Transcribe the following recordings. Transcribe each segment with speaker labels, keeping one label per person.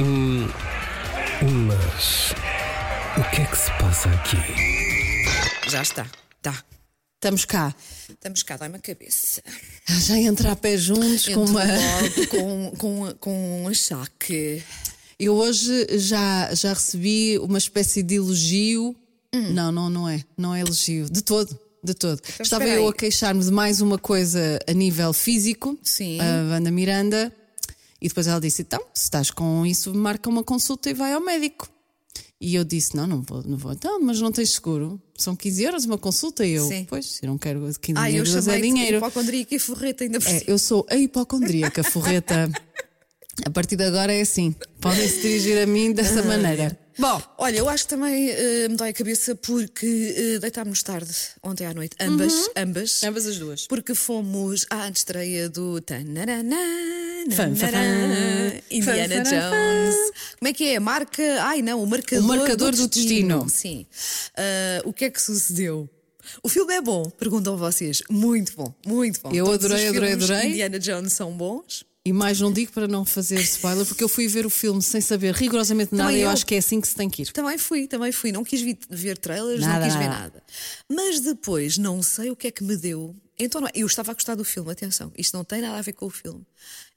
Speaker 1: Hum, mas o que é que se passa aqui?
Speaker 2: Já está. Tá.
Speaker 3: Estamos cá.
Speaker 2: Estamos cá, dói-me a cabeça.
Speaker 3: Já entrar a pé juntos com
Speaker 2: Entro
Speaker 3: uma.
Speaker 2: logo com, com, com um achaque.
Speaker 3: Eu hoje já, já recebi uma espécie de elogio.
Speaker 2: Hum.
Speaker 3: Não, não, não é. Não é elogio. De todo. De todo. Estava
Speaker 2: Então espera
Speaker 3: eu
Speaker 2: aí.
Speaker 3: a queixar-me de mais uma coisa a nível físico.
Speaker 2: Sim.
Speaker 3: A Wanda Miranda. E depois ela disse: então, se estás com isso, marca uma consulta e vai ao médico. E eu disse: não, não vou, não vou. Então, mas não tens seguro. São 15 euros uma consulta. E eu,
Speaker 2: Sim.
Speaker 3: pois, eu não quero 15
Speaker 2: Ai, eu
Speaker 3: euros é
Speaker 2: chamei
Speaker 3: dinheiro.
Speaker 2: hipocondríaca e forreta ainda por
Speaker 3: É,
Speaker 2: cima.
Speaker 3: eu sou a hipocondríaca forreta. A partir de agora é assim. Podem se dirigir a mim dessa maneira. Bom,
Speaker 2: Olha, eu acho que também eh, me dói a cabeça porque eh, deitámos-nos tarde ontem à noite. Ambas, Uhum. ambas.
Speaker 3: ambas as duas.
Speaker 2: Porque fomos à estreia do tanaraná,
Speaker 3: Fã, fã, fã.
Speaker 2: nanará, Indiana
Speaker 3: Fã, fã,
Speaker 2: Jones. Como é que é? A marca. Ai não, o marcador,
Speaker 3: O marcador do destino.
Speaker 2: Sim. Ah, o que é que sucedeu? O filme é bom, perguntam vocês. Muito bom, muito bom.
Speaker 3: Eu
Speaker 2: Todos os
Speaker 3: adorei, adorei,
Speaker 2: filmes de
Speaker 3: adorei.
Speaker 2: Indiana Jones são bons.
Speaker 3: E mais não digo para não fazer spoiler, porque eu fui ver o filme sem saber rigorosamente nada
Speaker 2: Também
Speaker 3: e eu
Speaker 2: eu.
Speaker 3: acho que é assim que se tem que ir.
Speaker 2: Também fui, também fui. Não quis vi- ver trailers,
Speaker 3: Nada,
Speaker 2: não quis ver
Speaker 3: nada.
Speaker 2: nada. Mas depois, não sei o que é que me deu. Então, não é- eu estava a gostar do filme, atenção, isto não tem nada a ver com o filme.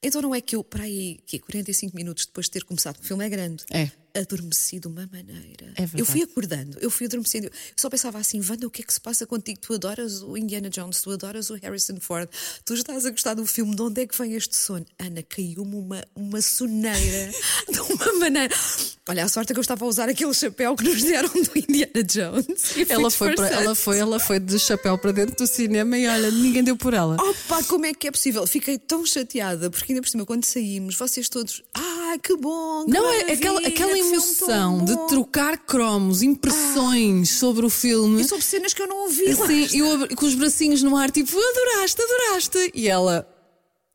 Speaker 2: Então, não é que eu, para aí, quê, 45 minutos depois de ter começado, o filme é grande,
Speaker 3: É.
Speaker 2: adormeci de uma maneira.
Speaker 3: É verdade.
Speaker 2: eu fui acordando, eu fui adormecendo. Eu só pensava assim, Wanda, o que é que se passa contigo? Tu adoras o Indiana Jones, tu adoras o Harrison Ford, tu estás a gostar do filme, de onde é que vem este sono? Ana, caiu-me uma, uma soneira de uma maneira. Olha, a sorte é que eu estava a usar aquele chapéu que nos deram do Indiana Jones. E fui
Speaker 3: Ela foi, para-
Speaker 2: disfarçando.
Speaker 3: ela, foi, ela foi de chapéu para dentro do cinema e olha, ninguém deu por ela.
Speaker 2: Opa, como é que é possível? Fiquei tão chateada, porque ainda por cima, quando saímos, vocês todos, ah, que bom! que
Speaker 3: Não, é
Speaker 2: maravilha,
Speaker 3: aquela, aquela
Speaker 2: que filme
Speaker 3: emoção
Speaker 2: tão
Speaker 3: de
Speaker 2: bom."
Speaker 3: trocar cromos, impressões sobre o filme.
Speaker 2: E sobre cenas que eu não ouvi.
Speaker 3: Assim, eu abri- com os bracinhos no ar, tipo, adoraste, adoraste. E ela,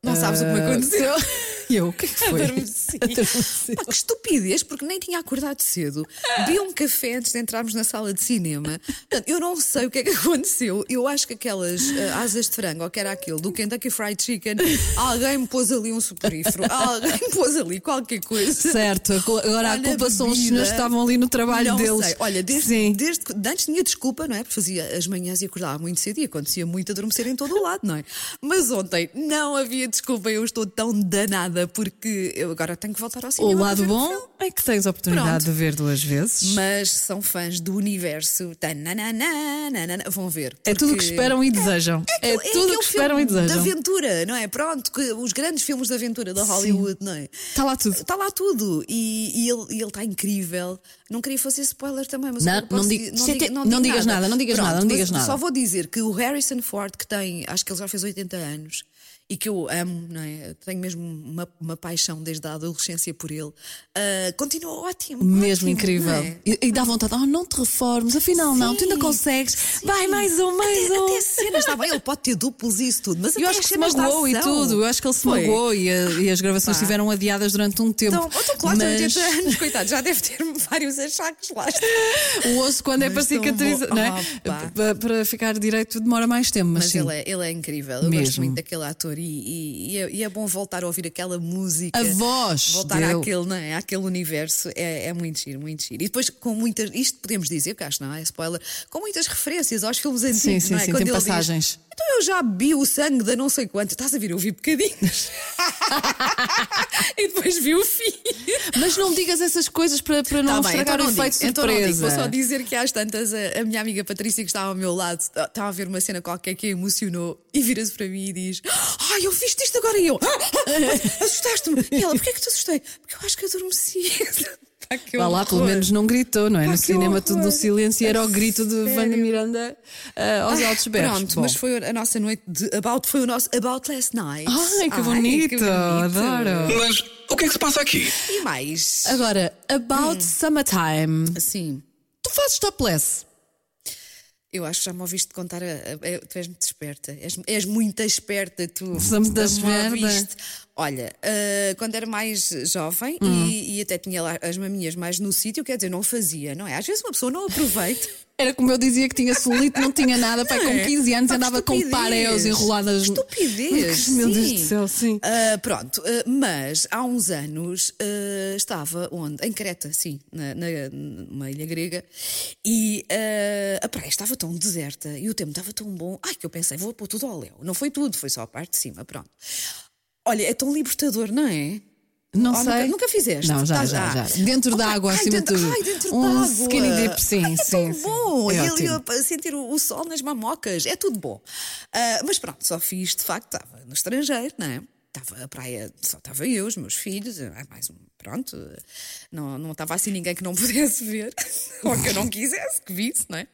Speaker 2: não sabes o que me
Speaker 3: eh,
Speaker 2: aconteceu.
Speaker 3: E eu, o que é que foi?
Speaker 2: Adormeci.
Speaker 3: Adormeci.
Speaker 2: Pá, que estupidez, porque nem tinha acordado cedo. Bebi um café antes de entrarmos na sala de cinema. Portanto, eu não sei o que é que aconteceu. Eu acho que aquelas ah, asas de frango, ou que era aquilo, do Kentucky Fried Chicken, alguém me pôs ali um superífero, alguém me pôs ali qualquer coisa.
Speaker 3: Certo, agora a
Speaker 2: Olha,
Speaker 3: culpa são os
Speaker 2: bebida.
Speaker 3: senhores que estavam ali no trabalho
Speaker 2: Não
Speaker 3: deles.
Speaker 2: sei. Olha, desde,
Speaker 3: Sim.
Speaker 2: desde que- de antes tinha desculpa, não é? Porque fazia as manhãs e acordava muito cedo e acontecia muito adormecer em todo o lado, não é? Mas ontem não havia desculpa, eu estou tão danada porque eu agora tenho que voltar ao cinema.
Speaker 3: O
Speaker 2: para
Speaker 3: lado
Speaker 2: ver
Speaker 3: bom
Speaker 2: filme.
Speaker 3: é que tens a
Speaker 2: Pronto.
Speaker 3: oportunidade de ver duas vezes.
Speaker 2: Mas são fãs do universo. Tananana, nanana. Vão ver.
Speaker 3: é tudo o que
Speaker 2: porque-
Speaker 3: esperam e desejam. É,
Speaker 2: aquele-
Speaker 3: tudo o
Speaker 2: aquele
Speaker 3: que esperam
Speaker 2: filme
Speaker 3: e
Speaker 2: De
Speaker 3: desejam.
Speaker 2: aventura, não é? Pronto, que os grandes filmes de aventura da Hollywood, não é?
Speaker 3: Está Tá lá tudo.
Speaker 2: Está lá tudo. E, e ele e ele está incrível. Não queria fazer spoiler também, mas
Speaker 3: Não,
Speaker 2: agora posso
Speaker 3: não di-
Speaker 2: dizer-
Speaker 3: Sim,
Speaker 2: diga-
Speaker 3: te-
Speaker 2: digo
Speaker 3: não digas nada, não digas nada, não
Speaker 2: mas
Speaker 3: digas nada.
Speaker 2: Só vou dizer que o Harrison Ford, que tem, acho que ele já fez 80 anos. E que eu amo, não é? Tenho mesmo uma, uma paixão desde a adolescência por ele. ah, continua ótimo.
Speaker 3: Mesmo
Speaker 2: ótimo,
Speaker 3: incrível.
Speaker 2: não é?
Speaker 3: E, e dá vontade, oh, não te reformes, afinal não, tu ainda
Speaker 2: Sim,
Speaker 3: consegues. Vai, mais um, mais
Speaker 2: Até,
Speaker 3: um.
Speaker 2: até as cenas, está bem, ele pode ter duplos e isso tudo, mas
Speaker 3: Eu
Speaker 2: até
Speaker 3: acho
Speaker 2: as
Speaker 3: que se
Speaker 2: cenas de
Speaker 3: magoou e
Speaker 2: ação.
Speaker 3: tudo. Eu acho que ele se
Speaker 2: Foi.
Speaker 3: magoou e, a- e as gravações
Speaker 2: Pá.
Speaker 3: estiveram adiadas durante um tempo.
Speaker 2: Então, então claro, tem
Speaker 3: Mas
Speaker 2: 80 anos, coitado, já deve ter vários achaques lá. está.
Speaker 3: o osso, quando é para
Speaker 2: Mas tão bom.
Speaker 3: cicatrizar, não é?
Speaker 2: Opa.
Speaker 3: Pa- para ficar direito, demora mais tempo. Mas,
Speaker 2: Mas
Speaker 3: sim.
Speaker 2: ele é, ele é incrível, eu gosto
Speaker 3: Mesmo.
Speaker 2: muito daquele ator e, e- e é, e é bom voltar a ouvir aquela música.
Speaker 3: A voz
Speaker 2: Voltar
Speaker 3: dele.
Speaker 2: àquele, não é? àquele universo é, é muito giro, muito giro. E depois com muitas, isto podemos dizer, que acho não é spoiler, com muitas referências aos filmes antigos,
Speaker 3: Sim, sim,
Speaker 2: não é?
Speaker 3: sim,
Speaker 2: Quando
Speaker 3: tem
Speaker 2: ele diz,
Speaker 3: passagens.
Speaker 2: então eu já bebi o sangue da não sei quanto, estás a ver, eu vi bocadinhos. e depois vi o fim.
Speaker 3: Mas não digas essas coisas para, para não
Speaker 2: Tá bem,
Speaker 3: estragar
Speaker 2: então
Speaker 3: o
Speaker 2: não
Speaker 3: efeito
Speaker 2: digo, então não digo.
Speaker 3: surpresa.
Speaker 2: Vou só dizer que às tantas a, a minha amiga Patrícia que estava ao meu lado está- estava a ver uma cena qualquer que a emocionou e vira-se para mim e diz Ai, eu fiz isto agora e eu "Ah, ah, Assustaste-me E ela, porquê é que te assustei? Porque eu acho que adormeci Pá, que
Speaker 3: Vá lá,
Speaker 2: horror.
Speaker 3: pelo menos não gritou, não é?
Speaker 2: Pá,
Speaker 3: no
Speaker 2: que
Speaker 3: cinema
Speaker 2: horror.
Speaker 3: tudo no silêncio e era o grito de
Speaker 2: Sério?
Speaker 3: Wanda Miranda ah, aos
Speaker 2: Ah,
Speaker 3: altos berros.
Speaker 2: Pronto,
Speaker 3: Bom.
Speaker 2: mas foi a nossa noite de About, foi o nosso About Last Night.
Speaker 3: Ai, que bonito, adoro.
Speaker 1: Mas o que é que se passa aqui?
Speaker 2: E mais.
Speaker 3: Agora,
Speaker 2: Hum.
Speaker 3: About Summertime.
Speaker 2: Assim,
Speaker 3: Tu fazes topless.
Speaker 2: eu acho que já me ouviste contar. a- a- a- tu és muito esperta. És, és muito esperta, tu.
Speaker 3: Sou muito
Speaker 2: Já me
Speaker 3: esperta.
Speaker 2: ouviste. Olha, ah, quando era mais jovem e, e até tinha lá as maminhas mais no sítio, quer dizer, não fazia, não é? Às vezes uma pessoa não aproveita.
Speaker 3: Era como eu dizia que tinha solito, não tinha nada. Pai,
Speaker 2: Não
Speaker 3: Ah, com
Speaker 2: é?
Speaker 3: 15 anos
Speaker 2: Pá,
Speaker 3: andava com
Speaker 2: estupidez.
Speaker 3: pareos enroladas.
Speaker 2: Estupidez!
Speaker 3: Meu Deus
Speaker 2: sim.
Speaker 3: do céu, sim.
Speaker 2: Ah, pronto, ah, mas há uns anos ah, estava onde? Em Creta, sim, na, na- numa ilha grega, e ah, a praia estava tão deserta e o tempo estava tão bom. Ai, que eu pensei, vou pôr tudo ao léu. Não foi tudo, foi só a parte de cima, pronto. Olha, é tão libertador, não é?
Speaker 3: Não
Speaker 2: Oh,
Speaker 3: sei.
Speaker 2: nunca- nunca fizeste?
Speaker 3: Não, já,
Speaker 2: Tá,
Speaker 3: já,
Speaker 2: já.
Speaker 3: já. Dentro
Speaker 2: Oh,
Speaker 3: da
Speaker 2: pai,
Speaker 3: água,
Speaker 2: ai,
Speaker 3: acima de
Speaker 2: dentro-
Speaker 3: tudo.
Speaker 2: ai, dentro
Speaker 3: um
Speaker 2: da água.
Speaker 3: skinny dip, sim,
Speaker 2: Ai, é
Speaker 3: sim.
Speaker 2: tão
Speaker 3: sim.
Speaker 2: bom!
Speaker 3: É
Speaker 2: e ali
Speaker 3: ótimo.
Speaker 2: a sentir o, o sol nas mamocas, é tudo bom. Ah, mas pronto, só fiz, de facto, estava no estrangeiro, não é? Estava a praia, só estava eu, os meus filhos, ah, mais um, pronto. Não, não estava assim ninguém que não pudesse ver, ou que eu não quisesse que visse, não é?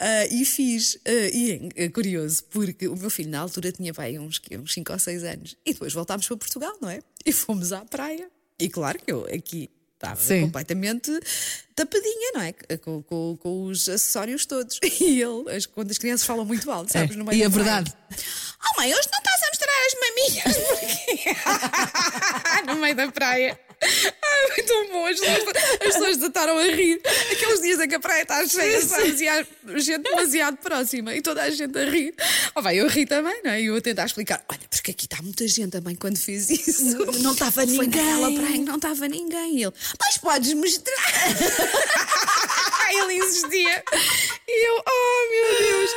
Speaker 2: Ah, e fiz, ah, e é curioso, porque o meu filho na altura tinha pai, uns 5 ou 6 anos. E depois voltámos para Portugal, não é? E fomos à praia. E claro que eu aqui estava
Speaker 3: Sim.
Speaker 2: completamente tapadinha, não é? Com, com- com os acessórios todos. E ele, as- quando as crianças falam muito alto, sabes?
Speaker 3: É,
Speaker 2: no meio
Speaker 3: e
Speaker 2: da
Speaker 3: a
Speaker 2: praia.
Speaker 3: verdade?
Speaker 2: Oh mãe, hoje não estás a mostrar as maminhas porque no meio da praia. Ai, foi tão bom, as pessoas, as pessoas desataram a rir. Aqueles dias em que a praia está cheia, sabes? E há gente demasiado próxima e toda a gente a rir. Oh, vai, eu ri também, não é? E eu a tentar explicar: olha, porque aqui está muita gente também quando fiz isso.
Speaker 3: Não estava
Speaker 2: Foi naquela
Speaker 3: ninguém.
Speaker 2: praia que não estava ninguém. E ele, mas podes mostrar. ele insistia. E eu, oh meu Deus.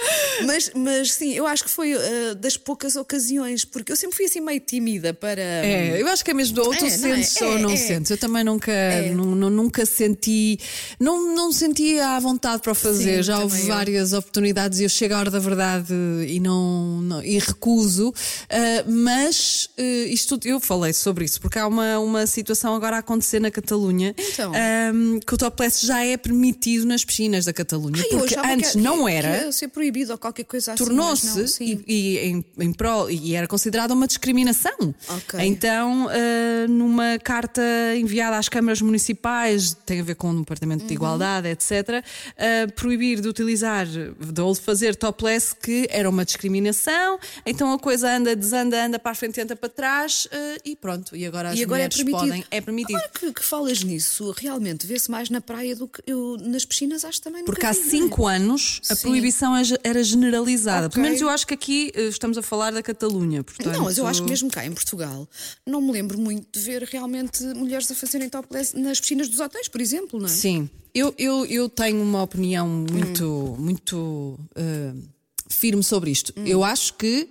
Speaker 2: Mas, mas sim, eu acho que foi ah, das poucas ocasiões, porque eu sempre fui assim meio tímida para.
Speaker 3: É, eu acho que é mesmo ou tu
Speaker 2: É, não é?
Speaker 3: sentes
Speaker 2: É,
Speaker 3: ou não
Speaker 2: é.
Speaker 3: sentes. Eu também nunca, nu- nu- nunca senti, não, não sentia à vontade para o fazer.
Speaker 2: Sim,
Speaker 3: Já houve
Speaker 2: também eu.
Speaker 3: várias oportunidades e eu chego à hora da verdade e não, não- e recuso. Ah, mas ah, isto tudo- eu falei sobre isso porque há uma, uma situação agora a acontecer na Catalunha
Speaker 2: Então.
Speaker 3: ah, que o topless já é permitido nas piscinas da Catalunha
Speaker 2: Ai, eu
Speaker 3: porque
Speaker 2: achava que
Speaker 3: antes não
Speaker 2: que
Speaker 3: era.
Speaker 2: ia ser proibido ou qualquer coisa assim. mas não,
Speaker 3: Tornou-se
Speaker 2: sim.
Speaker 3: e, e em, em prol- e era considerada uma discriminação.
Speaker 2: Ok.
Speaker 3: Então, ah, numa carta enviada às câmaras municipais, tem a ver com o Departamento
Speaker 2: Uhum.
Speaker 3: de Igualdade, etc., ah, proibir de utilizar, de ou de fazer topless, que era uma discriminação. Então a coisa anda, desanda, anda para a frente, anda para trás ah, e pronto. E agora as
Speaker 2: E agora é
Speaker 3: mulheres
Speaker 2: permitido.
Speaker 3: podem. É permitido.
Speaker 2: Agora que, que falas nisso, realmente vê-se mais na praia do que eu nas piscinas, acho que também nunca
Speaker 3: Porque há
Speaker 2: vi, não é?
Speaker 3: cinco anos a
Speaker 2: Sim.
Speaker 3: proibição é ge- era generalizada.
Speaker 2: Ok.
Speaker 3: Pelo menos eu acho que aqui ah, estamos a falar da Catalunha. Portanto...
Speaker 2: Não, mas eu acho que mesmo cá em Portugal não me lembro muito de ver realmente mulheres a fazerem topless nas piscinas dos hotéis, por exemplo, não é?
Speaker 3: Sim, eu, eu, eu tenho uma opinião muito,
Speaker 2: Hum.
Speaker 3: muito eh, firme sobre isto. Eu acho que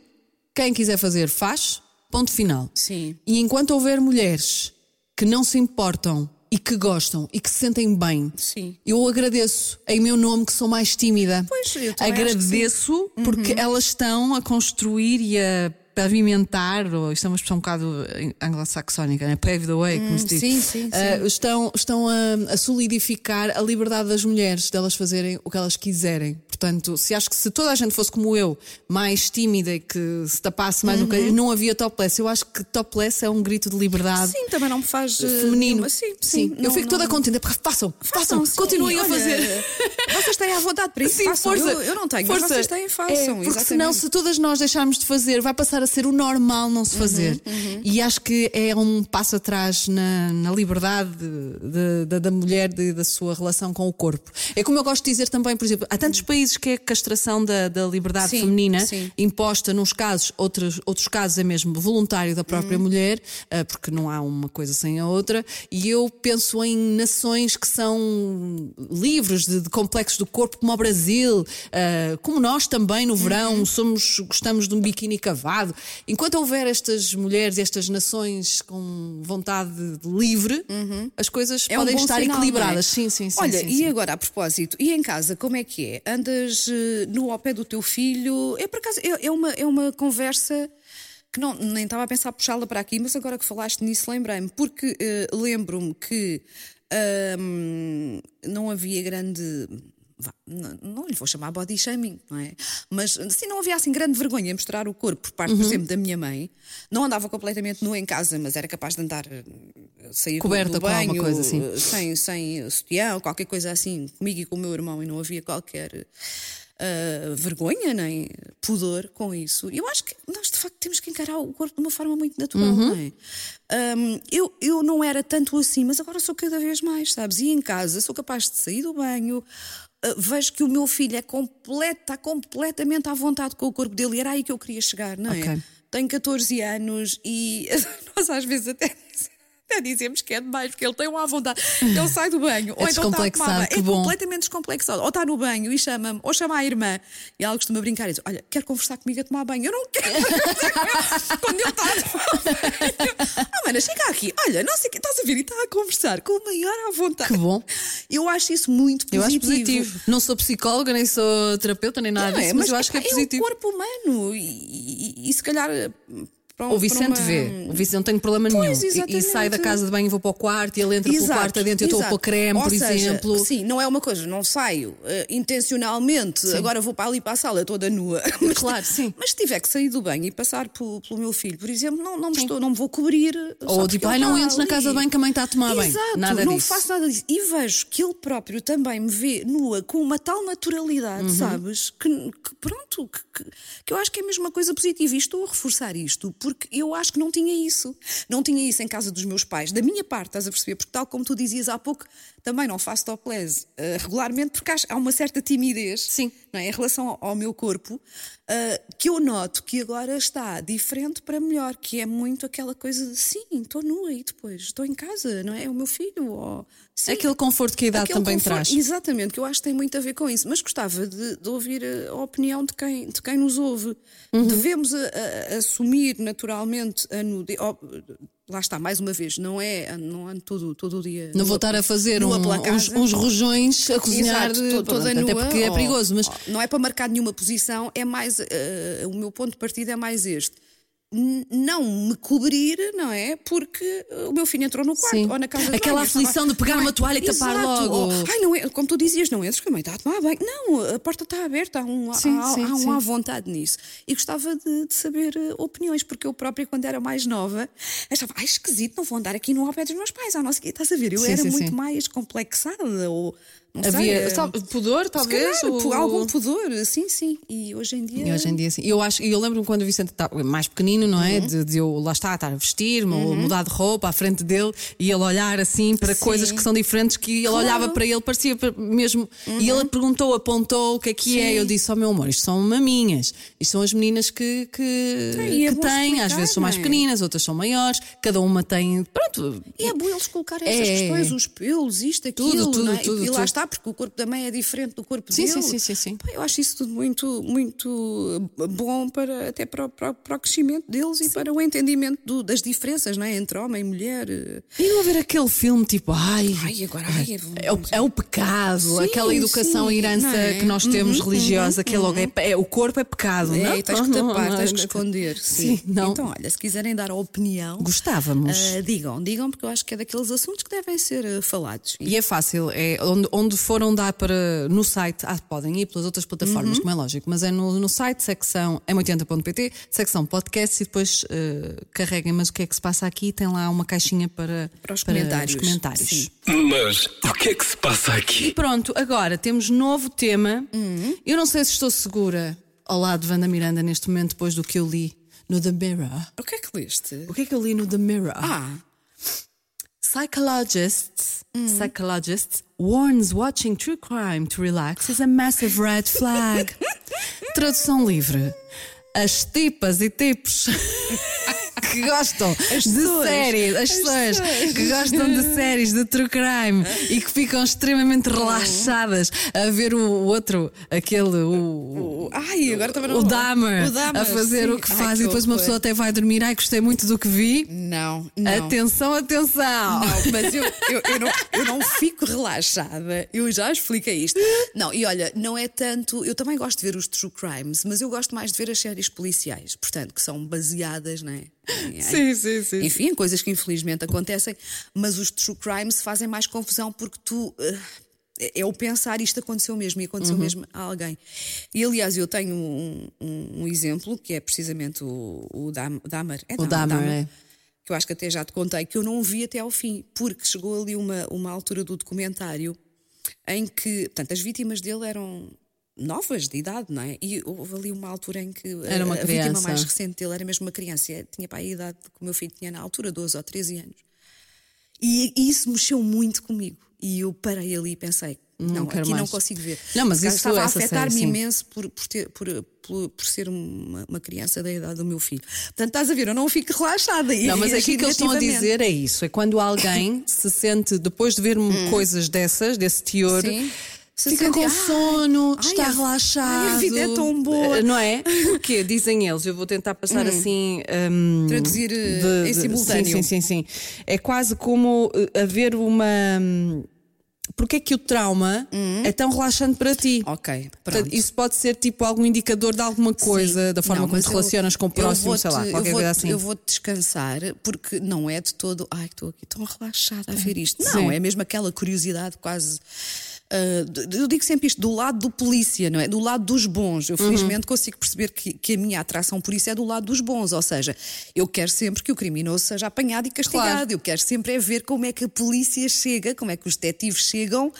Speaker 3: quem quiser fazer, faz, ponto final.
Speaker 2: Sim.
Speaker 3: E enquanto houver mulheres que não se importam e que gostam e que se sentem bem,
Speaker 2: Sim.
Speaker 3: eu agradeço em meu nome que sou mais tímida.
Speaker 2: Pois, eu também acho que sim. Uhum.
Speaker 3: agradeço porque elas estão a construir e a pavimentar, ou isto é uma expressão um bocado eh, anglo-saxónica, né? pave the way, como se diz.
Speaker 2: Hum, sim, sim,
Speaker 3: Ah, estão, estão a, a solidificar a liberdade das mulheres, delas fazerem o que elas quiserem. Portanto, se acho que se toda a gente fosse como eu, mais tímida e que se tapasse mais
Speaker 2: Uhum.
Speaker 3: no cabelo, não havia topless. Eu acho que topless é um grito de liberdade.
Speaker 2: Sim, também não me faz. eh,
Speaker 3: Feminino.
Speaker 2: nenhuma- Sim, sim.
Speaker 3: eu
Speaker 2: não-
Speaker 3: fico toda
Speaker 2: não-
Speaker 3: contente. Pá, Façam, façam,
Speaker 2: sim.
Speaker 3: continuem a
Speaker 2: Olha,
Speaker 3: fazer.
Speaker 2: Vocês têm à vontade para isso.
Speaker 3: Sim,
Speaker 2: façam.
Speaker 3: força.
Speaker 2: Eu, eu não tenho,
Speaker 3: força.
Speaker 2: mas vocês têm, façam.
Speaker 3: É, porque
Speaker 2: exatamente.
Speaker 3: senão, se todas nós deixarmos de fazer, vai passar a ser o normal não se
Speaker 2: Uhum,
Speaker 3: fazer. E acho que é um passo atrás na, na liberdade de- de- da mulher, de- da sua relação com o corpo. É como eu gosto de dizer também, por exemplo, há tantos países que é a castração da, da liberdade
Speaker 2: Sim,
Speaker 3: feminina
Speaker 2: sim.
Speaker 3: imposta nos casos, outros, outros casos é mesmo voluntário da
Speaker 2: Uhum.
Speaker 3: própria mulher, ah, porque não há uma coisa sem a outra, e eu penso em nações que são livres de, de complexos do corpo, como o Brasil, ah, como nós também no
Speaker 2: Uhum.
Speaker 3: verão, somos, gostamos de um biquíni cavado. Enquanto houver estas mulheres, estas nações com vontade livre, as coisas
Speaker 2: É um
Speaker 3: podem
Speaker 2: bom
Speaker 3: estar
Speaker 2: sinal,
Speaker 3: equilibradas.
Speaker 2: não
Speaker 3: Sim,
Speaker 2: é?
Speaker 3: sim, sim.
Speaker 2: Olha,
Speaker 3: sim,
Speaker 2: e
Speaker 3: sim.
Speaker 2: agora a propósito, e em casa, como é que é? Andas eh, no ao pé do teu filho? É por acaso, é, é uma, é uma conversa que não, nem estava a pensar puxá-la para aqui, mas agora que falaste nisso, lembrei-me, porque eh, lembro-me que ahm, não havia grande. vá, Não, não lhe vou chamar body shaming, não é? Mas se não havia assim grande vergonha em mostrar o corpo por
Speaker 3: Uhum.
Speaker 2: parte, por exemplo, da minha mãe, não andava completamente nua em casa, mas era capaz de andar, eh, sair do-
Speaker 3: Coberta
Speaker 2: do
Speaker 3: com alguma
Speaker 2: banho,
Speaker 3: coisa, sim.
Speaker 2: eh, sem, sem sutiã, qualquer coisa assim, comigo e com o meu irmão, e não havia qualquer ah, vergonha nem pudor com isso. Eu acho que nós, de facto, temos que encarar o corpo de uma forma muito natural,
Speaker 3: Uhum.
Speaker 2: não é? Ahm, eu, eu não era tanto assim, mas agora sou cada vez mais, sabes? E em casa sou capaz de sair do banho. ah, vejo que o meu filho é completo, está completamente à vontade com o corpo dele e era aí que eu queria chegar, não é?
Speaker 3: Ok.
Speaker 2: Tenho 14 anos e nós às vezes até. Até dizemos que é demais, porque ele tem uma à vontade. Ele sai do banho, ou então está a tomar
Speaker 3: É descomplexado,
Speaker 2: banho.
Speaker 3: que
Speaker 2: É
Speaker 3: bom.
Speaker 2: completamente descomplexado. Ou está no banho e chama-me, ou chama a irmã. E ela costuma brincar e diz: Olha, quer conversar comigo a tomar banho? Eu não quero. Quando ele está a tomar banho. Ah, mana, chega aqui. Olha, não sei o que estás a vir e está a conversar com o maior à vontade.
Speaker 3: Que bom.
Speaker 2: Eu acho isso muito positivo.
Speaker 3: Eu acho positivo. Não sou psicóloga, nem sou terapeuta, nem nada
Speaker 2: Não é?
Speaker 3: disso, mas, eu acho que é
Speaker 2: epá,
Speaker 3: positivo.
Speaker 2: É o corpo humano e, e- e se calhar. eh, Para,
Speaker 3: O Vicente
Speaker 2: para uma-
Speaker 3: vê, o Vicente não tem problema
Speaker 2: Pois,
Speaker 3: nenhum. E- E, sai
Speaker 2: exatamente.
Speaker 3: da casa de banho e vou para o quarto, e ele entra pelo quarto adentro, eu estou a
Speaker 2: exato.
Speaker 3: pôr creme,
Speaker 2: Ou
Speaker 3: por
Speaker 2: seja,
Speaker 3: exemplo.
Speaker 2: Sim, não é uma coisa, não saio eh, intencionalmente, agora vou para ali para a sala toda nua. Mas,
Speaker 3: Claro, sim.
Speaker 2: Mas se tiver que sair do banho e passar pelo, pelo meu filho, por exemplo, não, não me estou, não me vou cobrir.
Speaker 3: Ou tipo, ai, não entres na casa de banho que a mãe está a tomar banho.
Speaker 2: Exato,
Speaker 3: Nada
Speaker 2: não
Speaker 3: disso.
Speaker 2: faço nada disso. E vejo que ele próprio também me vê nua com uma tal naturalidade, sabes? Que, que pronto, que, que- que eu acho que é a mesma coisa positiva. E estou a reforçar isto porque eu acho que não tinha isso. Não tinha isso em casa dos meus pais. Da minha parte, estás a perceber? Porque, tal como tu dizias há pouco, também não faço topless eh, regularmente porque acho- há uma certa timidez
Speaker 3: Sim.
Speaker 2: não é? em relação ao, ao meu corpo eh, que eu noto que agora está diferente para melhor, que é muito aquela coisa de sim, estou nua e depois estou em casa, não é? É o meu filho. Ou, sim,
Speaker 3: Aquele conforto que a idade
Speaker 2: aquele
Speaker 3: também
Speaker 2: conforto.
Speaker 3: traz.
Speaker 2: Exatamente, que eu acho que tem muito a ver com isso. Mas gostava de, de ouvir a opinião de quem, de quem nos ouve.
Speaker 3: Uhum.
Speaker 2: Devemos a- a- assumir naturalmente a nudez. ó, lá está, mais uma vez, não é, não ando todo, todo o dia.
Speaker 3: Não
Speaker 2: nua-
Speaker 3: vou estar a fazer
Speaker 2: nua
Speaker 3: um-
Speaker 2: pela
Speaker 3: uns,
Speaker 2: casa.
Speaker 3: uns rojões a cozinhar
Speaker 2: Exato,
Speaker 3: de-
Speaker 2: to- toda
Speaker 3: pronto, até
Speaker 2: nua,
Speaker 3: porque é
Speaker 2: ou-
Speaker 3: perigoso, mas
Speaker 2: ou- não é para marcar nenhuma posição, é mais. eh, o meu ponto de partida é mais este. N- Não me cobrir, não é? Porque eh, o meu filho entrou no quarto
Speaker 3: Sim.
Speaker 2: ou na casa de
Speaker 3: Aquela
Speaker 2: banho, eu estava-
Speaker 3: aflição de pegar
Speaker 2: Não é?
Speaker 3: uma toalha e tapar
Speaker 2: Exato.
Speaker 3: logo.
Speaker 2: Ou, ai, não é, como tu dizias, não entres que a mãe está a tomar banho. Não, a porta está aberta, há um, há-
Speaker 3: Sim,
Speaker 2: há-
Speaker 3: sim,
Speaker 2: há um
Speaker 3: sim.
Speaker 2: à vontade nisso. E gostava de, de saber eh, opiniões, porque eu própria, quando era mais nova, achava, ai, esquisito, não vou andar aqui no ao pé dos meus pais, à nossa, estás a ver? Eu
Speaker 3: Sim,
Speaker 2: era
Speaker 3: sim,
Speaker 2: muito
Speaker 3: sim.
Speaker 2: mais complexada ou. Não sei,
Speaker 3: havia
Speaker 2: eh,
Speaker 3: tal- pudor,
Speaker 2: se
Speaker 3: talvez.
Speaker 2: calhar,
Speaker 3: ou-
Speaker 2: por algum pudor, sim, sim. E hoje em dia.
Speaker 3: E hoje em dia, assim, eu acho, e eu lembro-me quando o Vicente estava mais pequenino, não é?
Speaker 2: Uhum.
Speaker 3: De, de eu lá estar, estar a vestir-me ou mudar de roupa à frente dele e ele olhar assim para
Speaker 2: Sim.
Speaker 3: coisas que são diferentes, que ele olhava para ele, parecia pa- mesmo. E
Speaker 2: Uhum.
Speaker 3: ele perguntou, apontou o que é que é. Eu disse: Oh meu amor, isto são maminhas. Isto são as meninas que, que,
Speaker 2: Sim, e é
Speaker 3: que
Speaker 2: bom
Speaker 3: têm. Às
Speaker 2: explicar,
Speaker 3: vezes são mais
Speaker 2: não é?
Speaker 3: pequeninas, outras são maiores. Cada uma tem. Pronto.
Speaker 2: E é bom eles colocarem
Speaker 3: É.
Speaker 2: essas questões, os pelos, isto, aquilo,
Speaker 3: tudo,
Speaker 2: não é? E-
Speaker 3: tudo,
Speaker 2: e, lá
Speaker 3: tudo.
Speaker 2: está, porque o corpo da mãe é diferente do corpo
Speaker 3: Sim,
Speaker 2: dele.
Speaker 3: sim, sim, sim, sim.
Speaker 2: Pá, Eu acho isso tudo muito, muito bom para, até para, o- para, o- para o crescimento deles e para o entendimento do- das diferenças, não é? Entre homem e mulher. eh.
Speaker 3: E não haver aquele filme tipo: Ai,
Speaker 2: Ai, agora, ai, é bom.
Speaker 3: É o, é o pecado,
Speaker 2: Sim,
Speaker 3: aquela educação
Speaker 2: sim,
Speaker 3: e herança
Speaker 2: não é? uhum.
Speaker 3: que nós temos religiosa, que é logo é, é- o corpo é pecado, não Uhum,
Speaker 2: É, tens que
Speaker 3: Não, não,
Speaker 2: tapar,
Speaker 3: não,
Speaker 2: tens
Speaker 3: não.
Speaker 2: que esconder.
Speaker 3: Sim,
Speaker 2: Sim.
Speaker 3: não.
Speaker 2: Então, olha, se quiserem dar a opinião,
Speaker 3: Gostávamos.
Speaker 2: ah, digam, digam, porque eu acho que é daqueles assuntos que devem ser ah, falados.
Speaker 3: E é fácil, é onde, onde foram dar para no site, ah, podem ir pelas outras plataformas,
Speaker 2: Uhum.
Speaker 3: como é lógico, mas é no, no site, secção é m80.pt, secção podcast e depois eh, carreguem, mas o que é que se passa aqui? Tem lá uma caixinha para,
Speaker 2: Para os comentários.
Speaker 3: comentários.
Speaker 2: Sim.
Speaker 1: Mas o que é que se passa
Speaker 3: E
Speaker 1: aqui?
Speaker 3: pronto, agora temos novo tema. Eu não sei se estou segura ao lado de Wanda Miranda neste momento, depois do que eu li no The Mirror.
Speaker 2: O que é que leste?
Speaker 3: O que é que eu li no The Mirror?
Speaker 2: Ah,
Speaker 3: Psychologists,
Speaker 2: Hum.
Speaker 3: psychologists warns watching true crime to relax is a massive red flag. Tradução livre. As tipas e tipos que gostam de
Speaker 2: pessoas.
Speaker 3: séries, as
Speaker 2: As
Speaker 3: pessoas
Speaker 2: pessoas.
Speaker 3: que gostam de séries de true crime e que ficam
Speaker 2: Hum.
Speaker 3: extremamente relaxadas a ver o outro, aquele, o,
Speaker 2: o- ai, agora também não
Speaker 3: o Dahmer,
Speaker 2: O Dahmer,
Speaker 3: a fazer
Speaker 2: sim.
Speaker 3: o que
Speaker 2: Ai,
Speaker 3: faz e depois uma
Speaker 2: horror.
Speaker 3: pessoa até vai dormir. Ai, gostei muito do que vi.
Speaker 2: Não, não.
Speaker 3: Atenção, atenção!
Speaker 2: Não, mas eu, eu, eu não, eu não fico relaxada. Eu já expliquei isto. Não, e olha, não é tanto. Eu também gosto de ver os true crimes, mas eu gosto mais de ver as séries policiais, portanto, que são baseadas, não é? Em-
Speaker 3: Sim, sim, sim.
Speaker 2: Enfim, em coisas que infelizmente acontecem, mas os true crimes fazem mais confusão porque tu. eh, é o pensar isto aconteceu mesmo e aconteceu
Speaker 3: Uhum.
Speaker 2: mesmo a alguém. E aliás, eu tenho um, um- um exemplo que é precisamente o, o Dam- Dahmer. É
Speaker 3: O Dahmer, é.
Speaker 2: que eu acho que até já te contei, que eu não vi até ao fim, porque chegou ali uma, uma altura do documentário em que, portanto, as vítimas dele eram novas de idade, não é? E houve ali uma altura em que a-
Speaker 3: Era uma
Speaker 2: Eh, a vítima
Speaker 3: criança.
Speaker 2: mais recente dele era mesmo uma criança, e tinha para a idade que o meu filho tinha na altura, 12 ou 13 anos. E, e isso mexeu muito comigo. E eu parei ali e pensei:
Speaker 3: Não,
Speaker 2: Não,
Speaker 3: quero
Speaker 2: aqui não
Speaker 3: mais.
Speaker 2: consigo ver.
Speaker 3: Não, mas
Speaker 2: Cara,
Speaker 3: isso-
Speaker 2: estava a
Speaker 3: essa série,
Speaker 2: afetar-me
Speaker 3: sim.
Speaker 2: imenso por, por, ter- por- por- por ser uma, uma criança da idade do meu filho. Portanto, estás a ver, eu não fico relaxada. e
Speaker 3: Não, mas
Speaker 2: reagi
Speaker 3: aqui o que eles estão a
Speaker 2: negativamente.
Speaker 3: dizer é isso: é quando alguém se sente, depois de ver um coisas dessas, desse teor.
Speaker 2: Hum. Sim. Se
Speaker 3: Fica
Speaker 2: sente,
Speaker 3: com
Speaker 2: "Ai,
Speaker 3: sono,
Speaker 2: ai,
Speaker 3: está
Speaker 2: a-
Speaker 3: relaxado.
Speaker 2: ai, a vida é tão boa."
Speaker 3: Eh, Não é? Porque dizem eles, eu vou tentar passar assim. hum,
Speaker 2: Traduzir, eh, em simultâneo.
Speaker 3: Sim, sim, sim, sim. É quase como eh, haver uma. hum, Porque é que o trauma é tão relaxante para ti?
Speaker 2: Ok,
Speaker 3: Portanto,
Speaker 2: Hum. Oh, pronto.
Speaker 3: isso pode ser tipo algum indicador de alguma coisa,
Speaker 2: Sim.
Speaker 3: da forma
Speaker 2: Não,
Speaker 3: como
Speaker 2: mas
Speaker 3: te
Speaker 2: eu-
Speaker 3: relacionas com o
Speaker 2: eu
Speaker 3: próximo, sei lá,
Speaker 2: vou-te- eu
Speaker 3: qualquer
Speaker 2: vou-te-
Speaker 3: coisa assim.
Speaker 2: Eu vou descansar porque não é de todo. Ai, estou aqui tão relaxada a ver isto. Não,
Speaker 3: Sim.
Speaker 2: é mesmo aquela curiosidade quase. ah, d- d- eu digo sempre isto, do lado do polícia, não é? Do lado dos bons. Eu
Speaker 3: Uhum.
Speaker 2: felizmente consigo perceber que, que a minha atração por isso é do lado dos bons, ou seja, eu quero sempre que o criminoso seja apanhado e castigado.
Speaker 3: Claro.
Speaker 2: Eu quero sempre é ver como é que a polícia chega, como é que os detetives chegam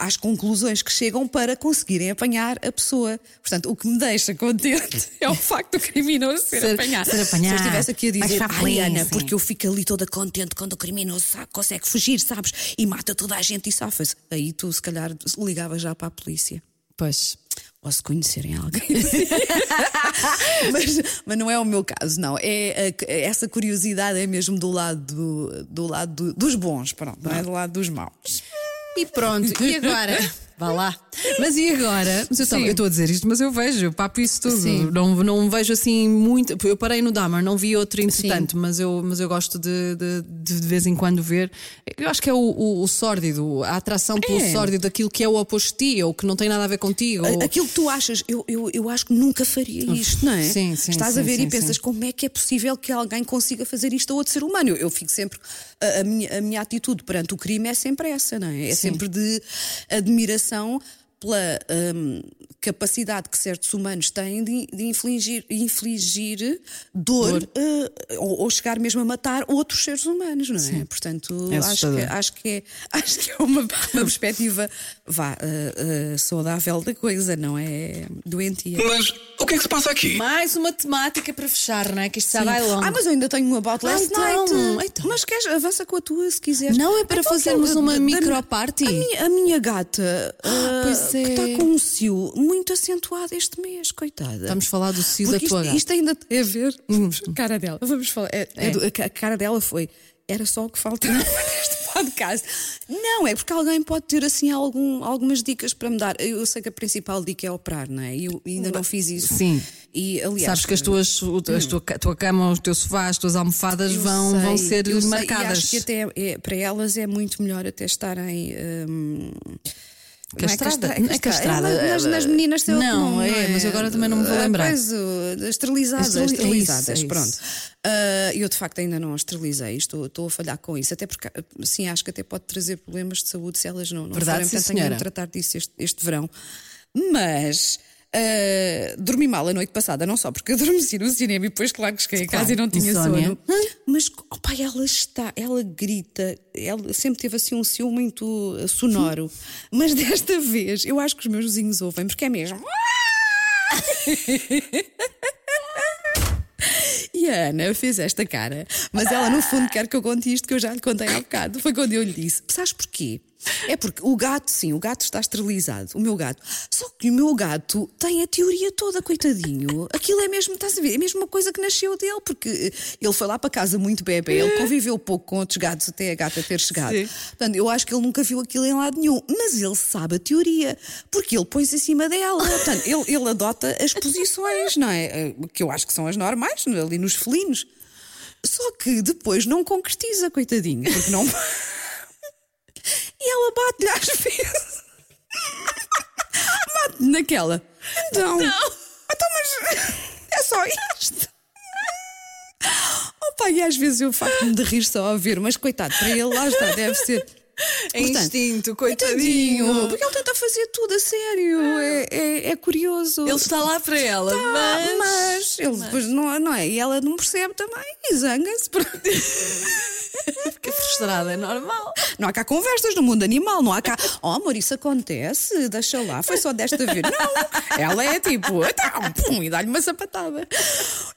Speaker 2: às conclusões que chegam para conseguirem apanhar a pessoa. Portanto, o que me deixa contente é o facto do criminoso ser,
Speaker 3: Ser-
Speaker 2: apanhado.
Speaker 3: ser apanhado.
Speaker 2: Se eu estivesse aqui a
Speaker 3: Mais
Speaker 2: dizer,
Speaker 3: para a
Speaker 2: "Ai, Ana,
Speaker 3: polícia."
Speaker 2: porque eu fico ali toda contente quando o criminoso sabe- consegue fugir, sabes? E mata toda a gente e safa-se. Aí tu, se calhar, ligavas já para a polícia.
Speaker 3: Pois.
Speaker 2: Ou se conhecerem alguém. mas, mas não é o meu caso, não. É, a- é essa curiosidade é mesmo do lado, do, do lado do- dos bons, pronto, não é do lado dos maus.
Speaker 3: E pronto, e agora? Vá lá. Mas e agora? Mas eu
Speaker 2: Sim.
Speaker 3: também- eu estou a dizer isto, mas eu vejo, eu papo isso tudo.
Speaker 2: Sim.
Speaker 3: Não, não vejo assim muito. Eu parei no Dahmer, não vi outro entretanto, mas eu, mas eu gosto de, de, de, de vez em quando ver. Eu acho que é o, o, o sórdido, a atração pelo
Speaker 2: É.
Speaker 3: sórdido, aquilo que é o oposto de ti, ou que não tem nada a ver contigo.
Speaker 2: A-
Speaker 3: ou-
Speaker 2: Aquilo que tu achas, eu, eu, eu acho que nunca faria isto, não é?
Speaker 3: Sim, sim,
Speaker 2: Estás
Speaker 3: sim,
Speaker 2: a ver
Speaker 3: sim,
Speaker 2: e pensas
Speaker 3: sim.
Speaker 2: como é que é possível que alguém consiga fazer isto a outro ser humano. Eu, eu fico sempre. A, a minha, a minha atitude perante o crime é sempre essa, não é? É sempre de admiração pela hum, capacidade que certos humanos têm de, de infligir, infligir dor, eh, ou, ou chegar mesmo a matar outros seres humanos, não é? Portanto,
Speaker 3: É
Speaker 2: acho que,
Speaker 3: assustador.
Speaker 2: acho que é, acho que é uma, uma perspectiva vá, ah, ah, saudável da coisa, não é doentia.
Speaker 1: Mas o que é que se passa aqui?
Speaker 3: Mais uma temática para fechar, não é? Que isto já vai longo.
Speaker 2: Ah, mas eu ainda tenho uma about
Speaker 3: Ah,
Speaker 2: last
Speaker 3: então,
Speaker 2: night.
Speaker 3: então.
Speaker 2: Mas queres, avança com a tua se quiseres.
Speaker 3: Não, é para
Speaker 2: Então,
Speaker 3: fazermos
Speaker 2: que-
Speaker 3: uma
Speaker 2: da- da-
Speaker 3: microparty.
Speaker 2: A minha, a minha gata, ah,
Speaker 3: pois
Speaker 2: que
Speaker 3: é.
Speaker 2: está com um cio muito acentuado este mês, coitada.
Speaker 3: Vamos falar do cio da
Speaker 2: Porque
Speaker 3: tua
Speaker 2: isto,
Speaker 3: gata.
Speaker 2: isto ainda tem a ver. A cara dela. Vamos falar. é- é
Speaker 3: É.
Speaker 2: do- a cara dela foi. Era só o que faltava neste podcast. Não, é porque alguém pode ter assim algum- algumas dicas para me dar. Eu sei que a principal dica é operar, não é? E eu ainda não fiz isso.
Speaker 3: Sim.
Speaker 2: E aliás.
Speaker 3: Sabes que as tuas, o- as tua, a tua cama, o teu sofá, as tuas almofadas
Speaker 2: eu
Speaker 3: vão,
Speaker 2: sei,
Speaker 3: vão ser
Speaker 2: eu sei, E
Speaker 3: marcadas.
Speaker 2: acho que até é- para elas é muito melhor até estarem. hum, não é
Speaker 3: Castrada,
Speaker 2: castra-
Speaker 3: não é castrada. eh,
Speaker 2: É, nas, nas meninas tem outro
Speaker 3: Não,
Speaker 2: nome,
Speaker 3: é, mas agora também não me vou
Speaker 2: Ah,
Speaker 3: lembrar.
Speaker 2: Pois, o- esterilizadas,
Speaker 3: Esterili- é
Speaker 2: esterilizadas,
Speaker 3: isso, é isso.
Speaker 2: pronto. Ah, eu de facto ainda não esterilizei, estou, estou a falhar com isso, até porque sim, acho que até pode trazer problemas de saúde se elas não, não forem,
Speaker 3: Verdade, sim,
Speaker 2: portanto tenho
Speaker 3: senhora.
Speaker 2: de tratar disso este, este verão. Mas ah, dormi mal a noite passada, não só porque eu adormeci no cinema e depois, claro, que cheguei a
Speaker 3: Claro,
Speaker 2: casa e não tinha
Speaker 3: insónia.
Speaker 2: sono. Mas, opa, ela está, ela grita, ela sempre teve assim um ciúme muito eh, sonoro. Mas desta vez, eu acho que os meus vizinhos ouvem, porque é mesmo. E a Ana fez né? esta cara, mas ela no fundo quer que eu conte isto que eu já lhe contei há bocado. Foi quando eu lhe disse: Sabes porquê? É porque o gato, sim, o gato está esterilizado, o meu gato. Só que o meu gato tem a teoria toda, coitadinho. Aquilo é mesmo, estás a ver? É mesmo uma coisa que nasceu dele, porque eh, ele foi lá para casa muito bebê, ele conviveu pouco com outros gatos até a gata ter chegado.
Speaker 3: Sim.
Speaker 2: Portanto, eu acho que ele nunca viu aquilo em lado nenhum, mas ele sabe a teoria, porque ele põe-se em cima dela. Portanto, ele, ele adota as posições, não é? Eh, Que eu acho que são as normais, é? ali nos felinos. Só que depois não concretiza, coitadinho, porque não. e ela bate-lhe às vezes. bate naquela. Então. Então, mas. É só isto. Opa, e às vezes eu faço-me de rir só a ver, mas coitado, para ele lá está, deve ser.
Speaker 3: É instinto, coitadinho.
Speaker 2: Tadinho, porque ele tenta fazer tudo a sério, é, é, é curioso.
Speaker 3: Ah. Ele está lá para ela,
Speaker 2: Ah,
Speaker 3: Tá, mas.
Speaker 2: mas ele depois não, não é, e ela não percebe também e zanga-se. por-
Speaker 3: Fica frustrada, é normal.
Speaker 2: Não há cá conversas no mundo animal, não há cá, oh amor, isso acontece, deixa lá, foi só desta vez. Não, ela é tipo, então, pum, e dá-lhe uma sapatada.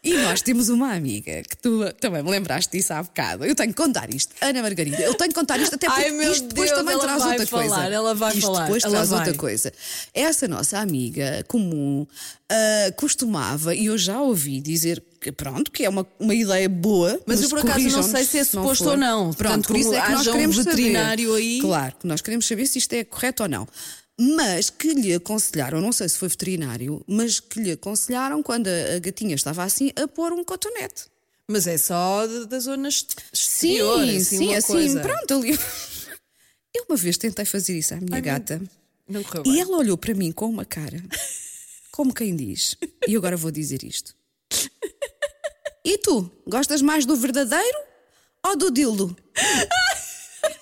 Speaker 2: E nós temos uma amiga que tu também me lembraste disso há bocado. Eu tenho que contar isto, Ana Margarida, eu tenho que contar isto, até porque
Speaker 3: Ai, meu
Speaker 2: isto depois
Speaker 3: Deus,
Speaker 2: também
Speaker 3: ela
Speaker 2: traz
Speaker 3: vai
Speaker 2: outra
Speaker 3: falar,
Speaker 2: coisa.
Speaker 3: ela vai
Speaker 2: isto
Speaker 3: falar,
Speaker 2: depois
Speaker 3: ela
Speaker 2: traz outra
Speaker 3: vai.
Speaker 2: coisa. Essa nossa amiga comum ah, costumava, e eu já ouvi dizer que pronto, que é uma, uma ideia boa,
Speaker 3: Mas eu, por acaso, não
Speaker 2: corrijam-nos
Speaker 3: sei se é
Speaker 2: não
Speaker 3: suposto
Speaker 2: for.
Speaker 3: ou não.
Speaker 2: Pronto,
Speaker 3: Portanto,
Speaker 2: por isso é que nós
Speaker 3: haja um
Speaker 2: queremos saber.
Speaker 3: veterinário aí.
Speaker 2: Claro, que nós queremos saber se isto é correto ou não. Mas que lhe aconselharam, não sei se foi veterinário, mas que lhe aconselharam quando a, a gatinha estava assim a pôr um cotonete.
Speaker 3: Mas é só de- das zonas exteriores, assim,
Speaker 2: sim,
Speaker 3: uma
Speaker 2: assim,
Speaker 3: coisa.
Speaker 2: pronto, ali. Eu uma vez tentei fazer isso à minha gata.
Speaker 3: Não correu
Speaker 2: E
Speaker 3: bem.
Speaker 2: ela olhou para mim com uma cara, como quem diz, e agora vou dizer isto. E tu, gostas mais do verdadeiro ou do dildo? Hã?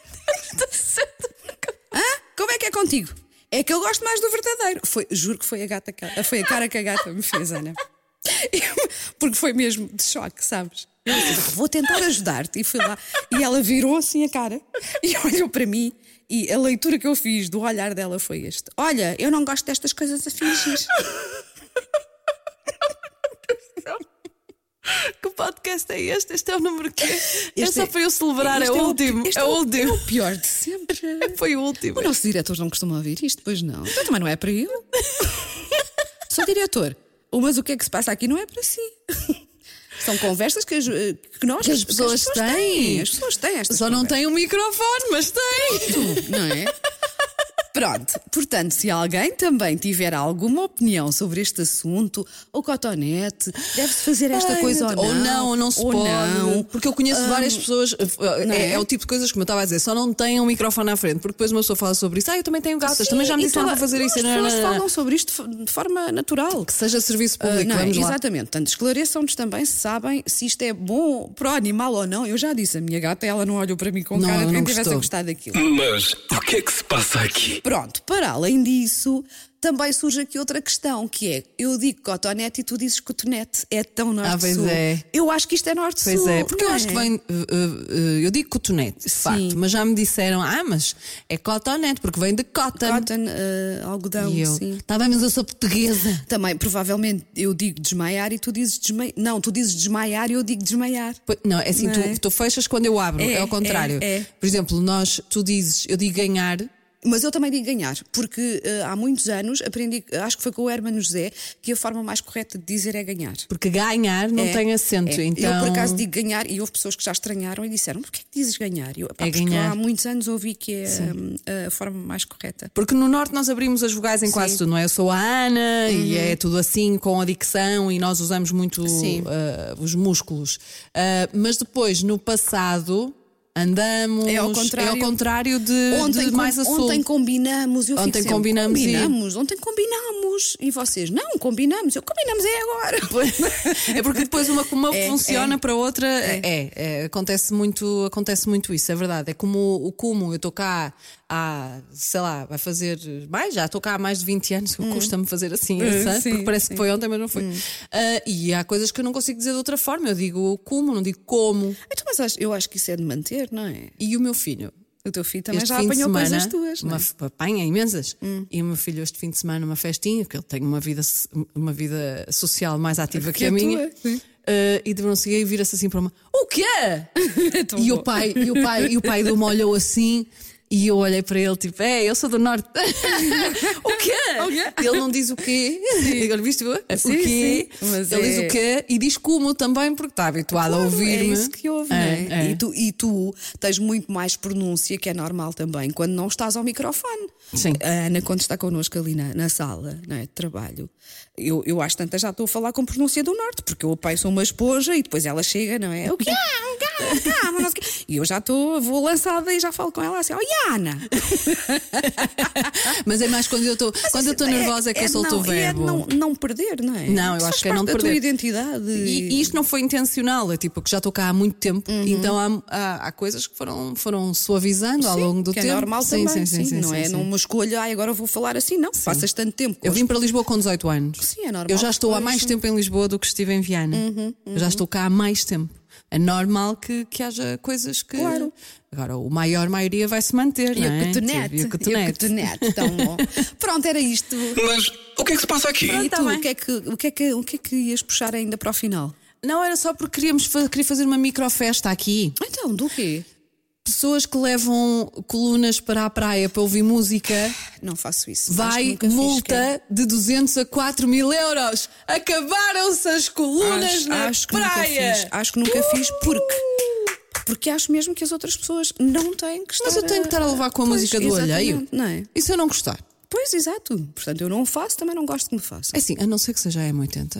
Speaker 2: Como é que é contigo? É que eu gosto mais do verdadeiro. Foi, juro que foi a, gata, que- foi a cara que a gata me fez, Ana. Eu- Porque foi mesmo de choque, sabes? Eu disse, Vou tentar ajudar-te. E fui lá. E ela virou assim a cara e olhou para mim. E a leitura que eu fiz do olhar dela foi este: Olha, eu não gosto destas coisas a fingir.
Speaker 3: Que podcast é este? Este é o número que é
Speaker 2: Este
Speaker 3: só
Speaker 2: é-
Speaker 3: para eu celebrar, é
Speaker 2: Este
Speaker 3: o
Speaker 2: o-
Speaker 3: último.
Speaker 2: este
Speaker 3: É o último.
Speaker 2: o pior de sempre.
Speaker 3: Foi o último.
Speaker 2: O nosso diretor não costuma ouvir isto, pois não. Então também não é para ele. Sou diretor, mas o que é que se passa aqui não é para si. São conversas que, as, eh, que nós
Speaker 3: Que as pessoas têm.
Speaker 2: As pessoas têm estas
Speaker 3: Só não tem um microfone, mas tem.
Speaker 2: conversas, não é? Pronto, portanto, se alguém também tiver alguma opinião sobre este assunto, o cotonete, deve-se fazer esta
Speaker 3: Ai,
Speaker 2: coisa
Speaker 3: meu
Speaker 2: ou não.
Speaker 3: Deus. ou não, ou não se
Speaker 2: ou
Speaker 3: pode.
Speaker 2: não. Ah,
Speaker 3: Porque eu conheço várias pessoas, é,
Speaker 2: não
Speaker 3: é?
Speaker 2: é?
Speaker 3: o tipo de coisas como eu estava a dizer, só não têm um microfone à frente, porque depois uma pessoa fala sobre isso. Ah, eu também tenho gatas, também já me
Speaker 2: Sim,
Speaker 3: disseram
Speaker 2: então,
Speaker 3: para fazer isso.
Speaker 2: As
Speaker 3: Não, não,
Speaker 2: pessoas
Speaker 3: não, não.
Speaker 2: falam sobre isto de fo- de forma natural.
Speaker 3: Que seja serviço
Speaker 2: Ah,
Speaker 3: público,
Speaker 2: não é?
Speaker 3: vamos lá.
Speaker 2: Exatamente. Portanto, esclareçam-nos também se sabem se isto é bom para o animal ou não. Eu já disse, a minha gata, ela não olhou para mim com
Speaker 3: Não,
Speaker 2: cara de
Speaker 3: não
Speaker 2: quem tivesse
Speaker 3: gostou.
Speaker 2: a gostar daquilo.
Speaker 1: Mas o que é que se passa aqui?
Speaker 2: Pronto, para além disso, também surge aqui outra questão, que é, eu digo cotonete e tu dizes cotonete. É tão norte-sul.
Speaker 3: pois é.
Speaker 2: Eu acho que isto é norte-sul.
Speaker 3: Pois é, porque eu
Speaker 2: não
Speaker 3: acho
Speaker 2: é?
Speaker 3: que vem. uh, uh, uh, Eu digo cotonete, de facto, mas já me disseram, ah, mas é cotonete, porque vem de cotton.
Speaker 2: Cotton, ah, algodão,
Speaker 3: E eu,
Speaker 2: sim.
Speaker 3: está bem, mas eu sou portuguesa.
Speaker 2: Também, provavelmente, eu digo desmaiar e tu dizes desmaiar. Não, tu dizes desmaiar e eu digo desmaiar.
Speaker 3: Pois- Não, é assim,
Speaker 2: Não
Speaker 3: tu,
Speaker 2: é?
Speaker 3: tu fechas quando eu abro, é,
Speaker 2: É,
Speaker 3: ao contrário.
Speaker 2: é, é.
Speaker 3: Por exemplo, nós, tu dizes, eu digo ganhar,
Speaker 2: Mas eu também digo ganhar, porque eh, há muitos anos aprendi, acho que foi com o Hermano José, que a forma mais correta de dizer é ganhar.
Speaker 3: porque ganhar não
Speaker 2: É,
Speaker 3: tem acento.
Speaker 2: é.
Speaker 3: Então,
Speaker 2: Eu por acaso digo ganhar e houve pessoas que já estranharam e disseram: porquê é que dizes ganhar? E Eu, "Epá,
Speaker 3: É
Speaker 2: porque
Speaker 3: ganhar."
Speaker 2: há muitos anos ouvi que é hum, a forma mais correta.
Speaker 3: Porque no Norte nós abrimos as vogais em quase tudo, não é? Eu sou a Ana e
Speaker 2: Uhum.
Speaker 3: é tudo assim, com a dicção, e nós usamos muito
Speaker 2: Sim.
Speaker 3: ah, os músculos. Ah, mas depois, no passado, andamos.
Speaker 2: É ao contrário.
Speaker 3: é ao contrário de, de
Speaker 2: com-
Speaker 3: mais a sul.
Speaker 2: ontem combinamos, eu fico
Speaker 3: Ontem
Speaker 2: sempre,
Speaker 3: combinamos e-
Speaker 2: combinamos, ontem combinamos. E vocês, não, combinamos, eu combinamos é agora.
Speaker 3: É porque depois uma, uma
Speaker 2: É,
Speaker 3: funciona para outra. É. é, acontece, muito, acontece muito isso, é verdade. É como o como eu estou cá há, sei lá, vai fazer mais, já estou cá há mais de 20 anos, custa-me fazer assim, sabe?
Speaker 2: sim,
Speaker 3: porque parece que foi ontem, mas não foi. Ah, e há coisas que eu não consigo dizer de outra forma. Eu digo como, não digo como.
Speaker 2: Então, mas acho- eu acho que isso é de manter, não é?
Speaker 3: E o meu filho?
Speaker 2: O teu filho também
Speaker 3: este
Speaker 2: já
Speaker 3: fim de
Speaker 2: apanhou
Speaker 3: semana,
Speaker 2: coisas tuas. Hum. não
Speaker 3: Uma,
Speaker 2: é?
Speaker 3: f- apanha imensas. E o meu filho, este fim de semana, uma festinha, porque ele tem uma vida, s- uma vida social mais ativa que,
Speaker 2: Que
Speaker 3: a
Speaker 2: a
Speaker 3: minha.
Speaker 2: tua, sim.
Speaker 3: Eh, e de não seguir e vira-se assim para uma: O quê?
Speaker 2: É tão
Speaker 3: e, o
Speaker 2: bom.
Speaker 3: pai, e, o pai, e o pai dele me olhou assim. E eu olhei para ele tipo, é, eu sou do norte. o quê?
Speaker 2: O quê?
Speaker 3: Ele não diz o quê. Ele viste o quê?
Speaker 2: Sim, sim. Mas
Speaker 3: ele
Speaker 2: é-
Speaker 3: diz o quê e diz como também, porque está habituado a
Speaker 2: Claro,
Speaker 3: ouvir-me.
Speaker 2: É isso que ouve,
Speaker 3: É,
Speaker 2: não é?
Speaker 3: é.
Speaker 2: E, tu, e tu tens muito mais pronúncia, que é normal também, quando não estás ao microfone.
Speaker 3: Sim.
Speaker 2: A Ana, quando está connosco ali na, na sala não é, de trabalho, eu, eu às tantas já estou a falar com pronúncia do norte, porque eu pai sou uma esponja e depois ela chega, não é? O quê? Calma, não sei o quê. E eu já estou, vou lançada e já falo com ela assim: Olha, Ana!
Speaker 3: Mas é mais quando eu estou quando eu estou nervosa é, que eu solto
Speaker 2: não,
Speaker 3: o
Speaker 2: e é
Speaker 3: verbo.
Speaker 2: não, não perder, não é?
Speaker 3: Não, eu
Speaker 2: Isso
Speaker 3: acho
Speaker 2: faz
Speaker 3: que é não
Speaker 2: parte da
Speaker 3: perder.
Speaker 2: tua identidade.
Speaker 3: E, e isto não foi intencional, é tipo que já estou cá há muito tempo,
Speaker 2: Uhum.
Speaker 3: então há, há, há coisas que foram, foram suavizando ao
Speaker 2: Sim,
Speaker 3: longo do
Speaker 2: que
Speaker 3: tempo.
Speaker 2: É normal
Speaker 3: sim,
Speaker 2: também,
Speaker 3: sim, sim, sim,
Speaker 2: não
Speaker 3: sim,
Speaker 2: é
Speaker 3: sim.
Speaker 2: não uma escolha, "Ai, agora vou falar assim, não. Passas tanto tempo. com
Speaker 3: Eu
Speaker 2: as
Speaker 3: vim para Lisboa com 18 anos.
Speaker 2: Sim, Uhum, é normal
Speaker 3: Eu já
Speaker 2: que
Speaker 3: estou há mais
Speaker 2: depois-
Speaker 3: tempo em Lisboa do que estive em Viana. Eu já estou cá há mais tempo. é normal que, que haja coisas que.
Speaker 2: Claro.
Speaker 3: Agora, o maior maioria vai se manter,
Speaker 2: E
Speaker 3: não é?
Speaker 2: a cotonete.
Speaker 3: E a cotonete.
Speaker 2: tão bom. Pronto, era isto.
Speaker 1: Mas o que é que se passa aqui?
Speaker 2: E
Speaker 3: tá
Speaker 2: tu,
Speaker 3: bem.
Speaker 2: o que, é que, o, que é que, o que é que ias puxar ainda para o final?
Speaker 3: Não, era só porque queríamos fa- queria fazer uma microfesta aqui.
Speaker 2: Então, do quê?
Speaker 3: Pessoas que levam colunas para a praia para ouvir música,
Speaker 2: Não faço isso. Acho que é-
Speaker 3: vai
Speaker 2: nunca fiz, cara.
Speaker 3: multa de 200 a 4 mil euros. Acabaram-se as colunas
Speaker 2: Acho,
Speaker 3: na
Speaker 2: acho que
Speaker 3: praia.
Speaker 2: nunca fiz. Acho que nunca fiz porque. Porque acho mesmo que as outras pessoas não têm que estar.
Speaker 3: Mas eu tenho que estar a levar com a
Speaker 2: Pois,
Speaker 3: música do
Speaker 2: exatamente,
Speaker 3: alheio.
Speaker 2: Não é?
Speaker 3: E se eu não gostar?
Speaker 2: Pois, exato. Portanto, eu não faço, também não gosto que me façam.
Speaker 3: É assim, a não ser que seja a M80,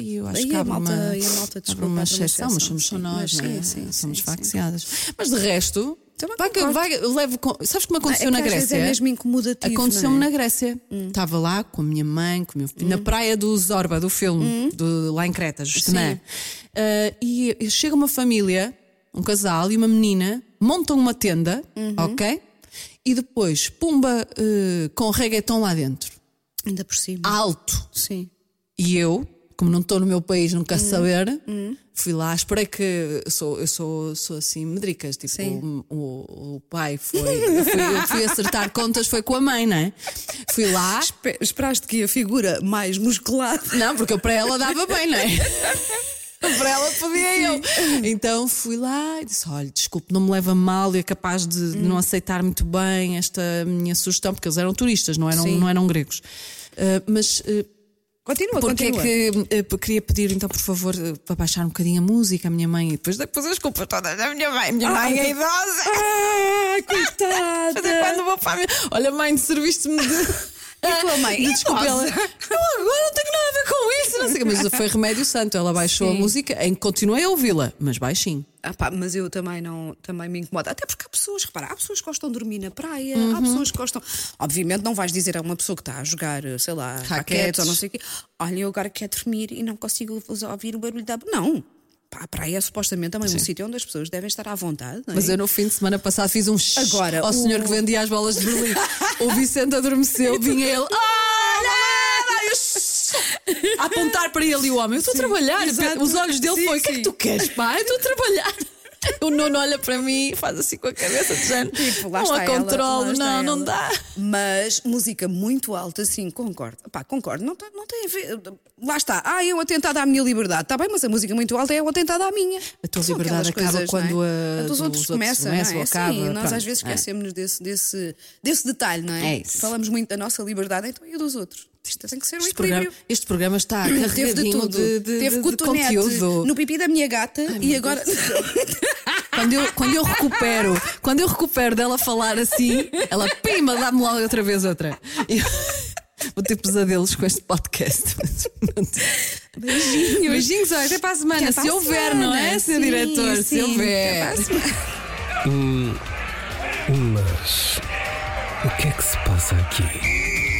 Speaker 3: e eu acho
Speaker 2: Aí
Speaker 3: que
Speaker 2: a
Speaker 3: abre
Speaker 2: malta-
Speaker 3: uma,
Speaker 2: aí a malta,
Speaker 3: abre
Speaker 2: desculpa,
Speaker 3: uma
Speaker 2: abre uma
Speaker 3: exceção, mas
Speaker 2: exceção,
Speaker 3: somos só
Speaker 2: sim.
Speaker 3: nós,
Speaker 2: Mas
Speaker 3: não é?
Speaker 2: sim, sim,
Speaker 3: somos
Speaker 2: sim,
Speaker 3: faxiadas. Mas de resto,
Speaker 2: Também
Speaker 3: vai, que-
Speaker 2: concordo.
Speaker 3: vai, levo com- sabes como
Speaker 2: É
Speaker 3: aconteceu
Speaker 2: que
Speaker 3: na
Speaker 2: às
Speaker 3: Grécia?
Speaker 2: vezes é mesmo incomodativo,
Speaker 3: Aconteceu-me
Speaker 2: não é? Hum.
Speaker 3: na Grécia. Estava lá com a minha mãe, com o meu filho, na praia do Zorba, do filme, do- lá em Creta, Justinã. Ah, e e chega uma família, um casal e uma menina, montam uma tenda,
Speaker 2: Uhum.
Speaker 3: ok? E depois, pumba, eh, com reggaeton lá dentro,
Speaker 2: Hum. Ainda por cima.
Speaker 3: alto.
Speaker 2: Sim.
Speaker 3: E eu, como não estou no meu país, não
Speaker 2: Hum.
Speaker 3: quero saber, fui lá, esperei que. Eu sou, eu sou, sou assim, medricas. Tipo,
Speaker 2: Sim.
Speaker 3: o, o- o pai foi. Eu fui, eu fui acertar contas, foi com a mãe, não é? Fui lá.
Speaker 2: Espe- Esperaste que a figura mais musculada.
Speaker 3: Não, porque eu para ela dava bem, não é? Para ela podia eu. Então fui lá e disse: olha, desculpe, não me leva a mal, é capaz de
Speaker 2: Hum.
Speaker 3: não aceitar muito bem esta minha sugestão, porque eles eram turistas, não eram,
Speaker 2: Sim.
Speaker 3: não eram gregos. Ah, mas ah,
Speaker 2: Continua,
Speaker 3: porque
Speaker 2: continua.
Speaker 3: é que eh, p- queria pedir, então, por favor, eh, para baixar um bocadinho a música à minha mãe e depois depois as culpas todas da minha mãe. Minha mãe é idosa.
Speaker 2: Ah, coitada!
Speaker 3: Até quando vou para a minha... Olha, mãe, serviste-me de. E
Speaker 2: tua mãe?
Speaker 3: Desculpa, ela. Não,
Speaker 2: Idosa.
Speaker 3: agora não tenho nada a ver com isso, não sei o quê. Mas foi remédio santo. Ela baixou a
Speaker 2: Sim.
Speaker 3: música, em que continuei a ouvi-la, mas baixinho.
Speaker 2: Ah pá, mas eu também não também me incomoda. Até porque há pessoas, repara, há pessoas que gostam de dormir na praia, há pessoas que gostam. Obviamente não vais dizer a uma pessoa que está a jogar, sei lá, raquetes,
Speaker 3: Raquetes.
Speaker 2: ou não sei o quê, olha, eu agora quero dormir e não consigo usar- ouvir o barulho da. Não! Pá, a praia é supostamente também um sítio onde as pessoas devem estar à vontade. não é?
Speaker 3: Mas eu no fim de semana passado fiz um shhh
Speaker 2: Agora,
Speaker 3: ao
Speaker 2: o-
Speaker 3: senhor que vendia as bolas de Berlim. o Vicente adormeceu, vinha ele. "Ah, Olha! Eu, shhh, a apontar para ele e o homem. Eu estou a trabalhar.
Speaker 2: exato.
Speaker 3: Os olhos dele
Speaker 2: Sim,
Speaker 3: foi: o que é que
Speaker 2: sim.
Speaker 3: tu queres, pai? Estou a trabalhar. O nono olha para mim e faz assim com a cabeça de género.
Speaker 2: Tipo, lá
Speaker 3: não
Speaker 2: está
Speaker 3: a
Speaker 2: ela,
Speaker 3: controlo,
Speaker 2: lá está
Speaker 3: não, não
Speaker 2: ela.
Speaker 3: dá.
Speaker 2: Mas música muito alta, sim, concordo. Pá, concordo, não, tem- não tem a ver. Lá está. Ah, é um atentado à minha liberdade. Está bem, mas a música muito alta é um atentado à minha.
Speaker 3: A tua
Speaker 2: São
Speaker 3: liberdade
Speaker 2: aquelas
Speaker 3: acaba quando
Speaker 2: não é?
Speaker 3: a
Speaker 2: dos outros
Speaker 3: dos outros
Speaker 2: começa, não
Speaker 3: começa
Speaker 2: é?
Speaker 3: ou acaba,
Speaker 2: Sim, nós às
Speaker 3: pronto,
Speaker 2: vezes
Speaker 3: é.
Speaker 2: esquecemos desse, desse, desse detalhe, não é?
Speaker 3: É isso.
Speaker 2: Falamos muito da nossa liberdade, então e a dos outros? Isto tem que ser um
Speaker 3: Este programa,
Speaker 2: equilíbrio.
Speaker 3: este programa está
Speaker 2: Teve de
Speaker 3: carregadinho
Speaker 2: tudo.
Speaker 3: de, de,
Speaker 2: Teve
Speaker 3: de, de
Speaker 2: cotonete
Speaker 3: conteúdo.
Speaker 2: no pipi da minha gata e agora.
Speaker 3: Quando eu, quando eu recupero, quando eu recupero dela falar assim, ela pima, dá-me logo outra vez outra. E eu- Vou ter pesadelos com este podcast. Beijinhos. Beijinhos, olha, até para a semana.
Speaker 2: Até
Speaker 3: se
Speaker 2: para a
Speaker 3: houver, não é,
Speaker 2: semana.
Speaker 3: senhor
Speaker 2: Sim,
Speaker 3: diretor? se
Speaker 2: sim,
Speaker 3: houver.
Speaker 2: até para a
Speaker 1: Mas o que é que se passa aqui?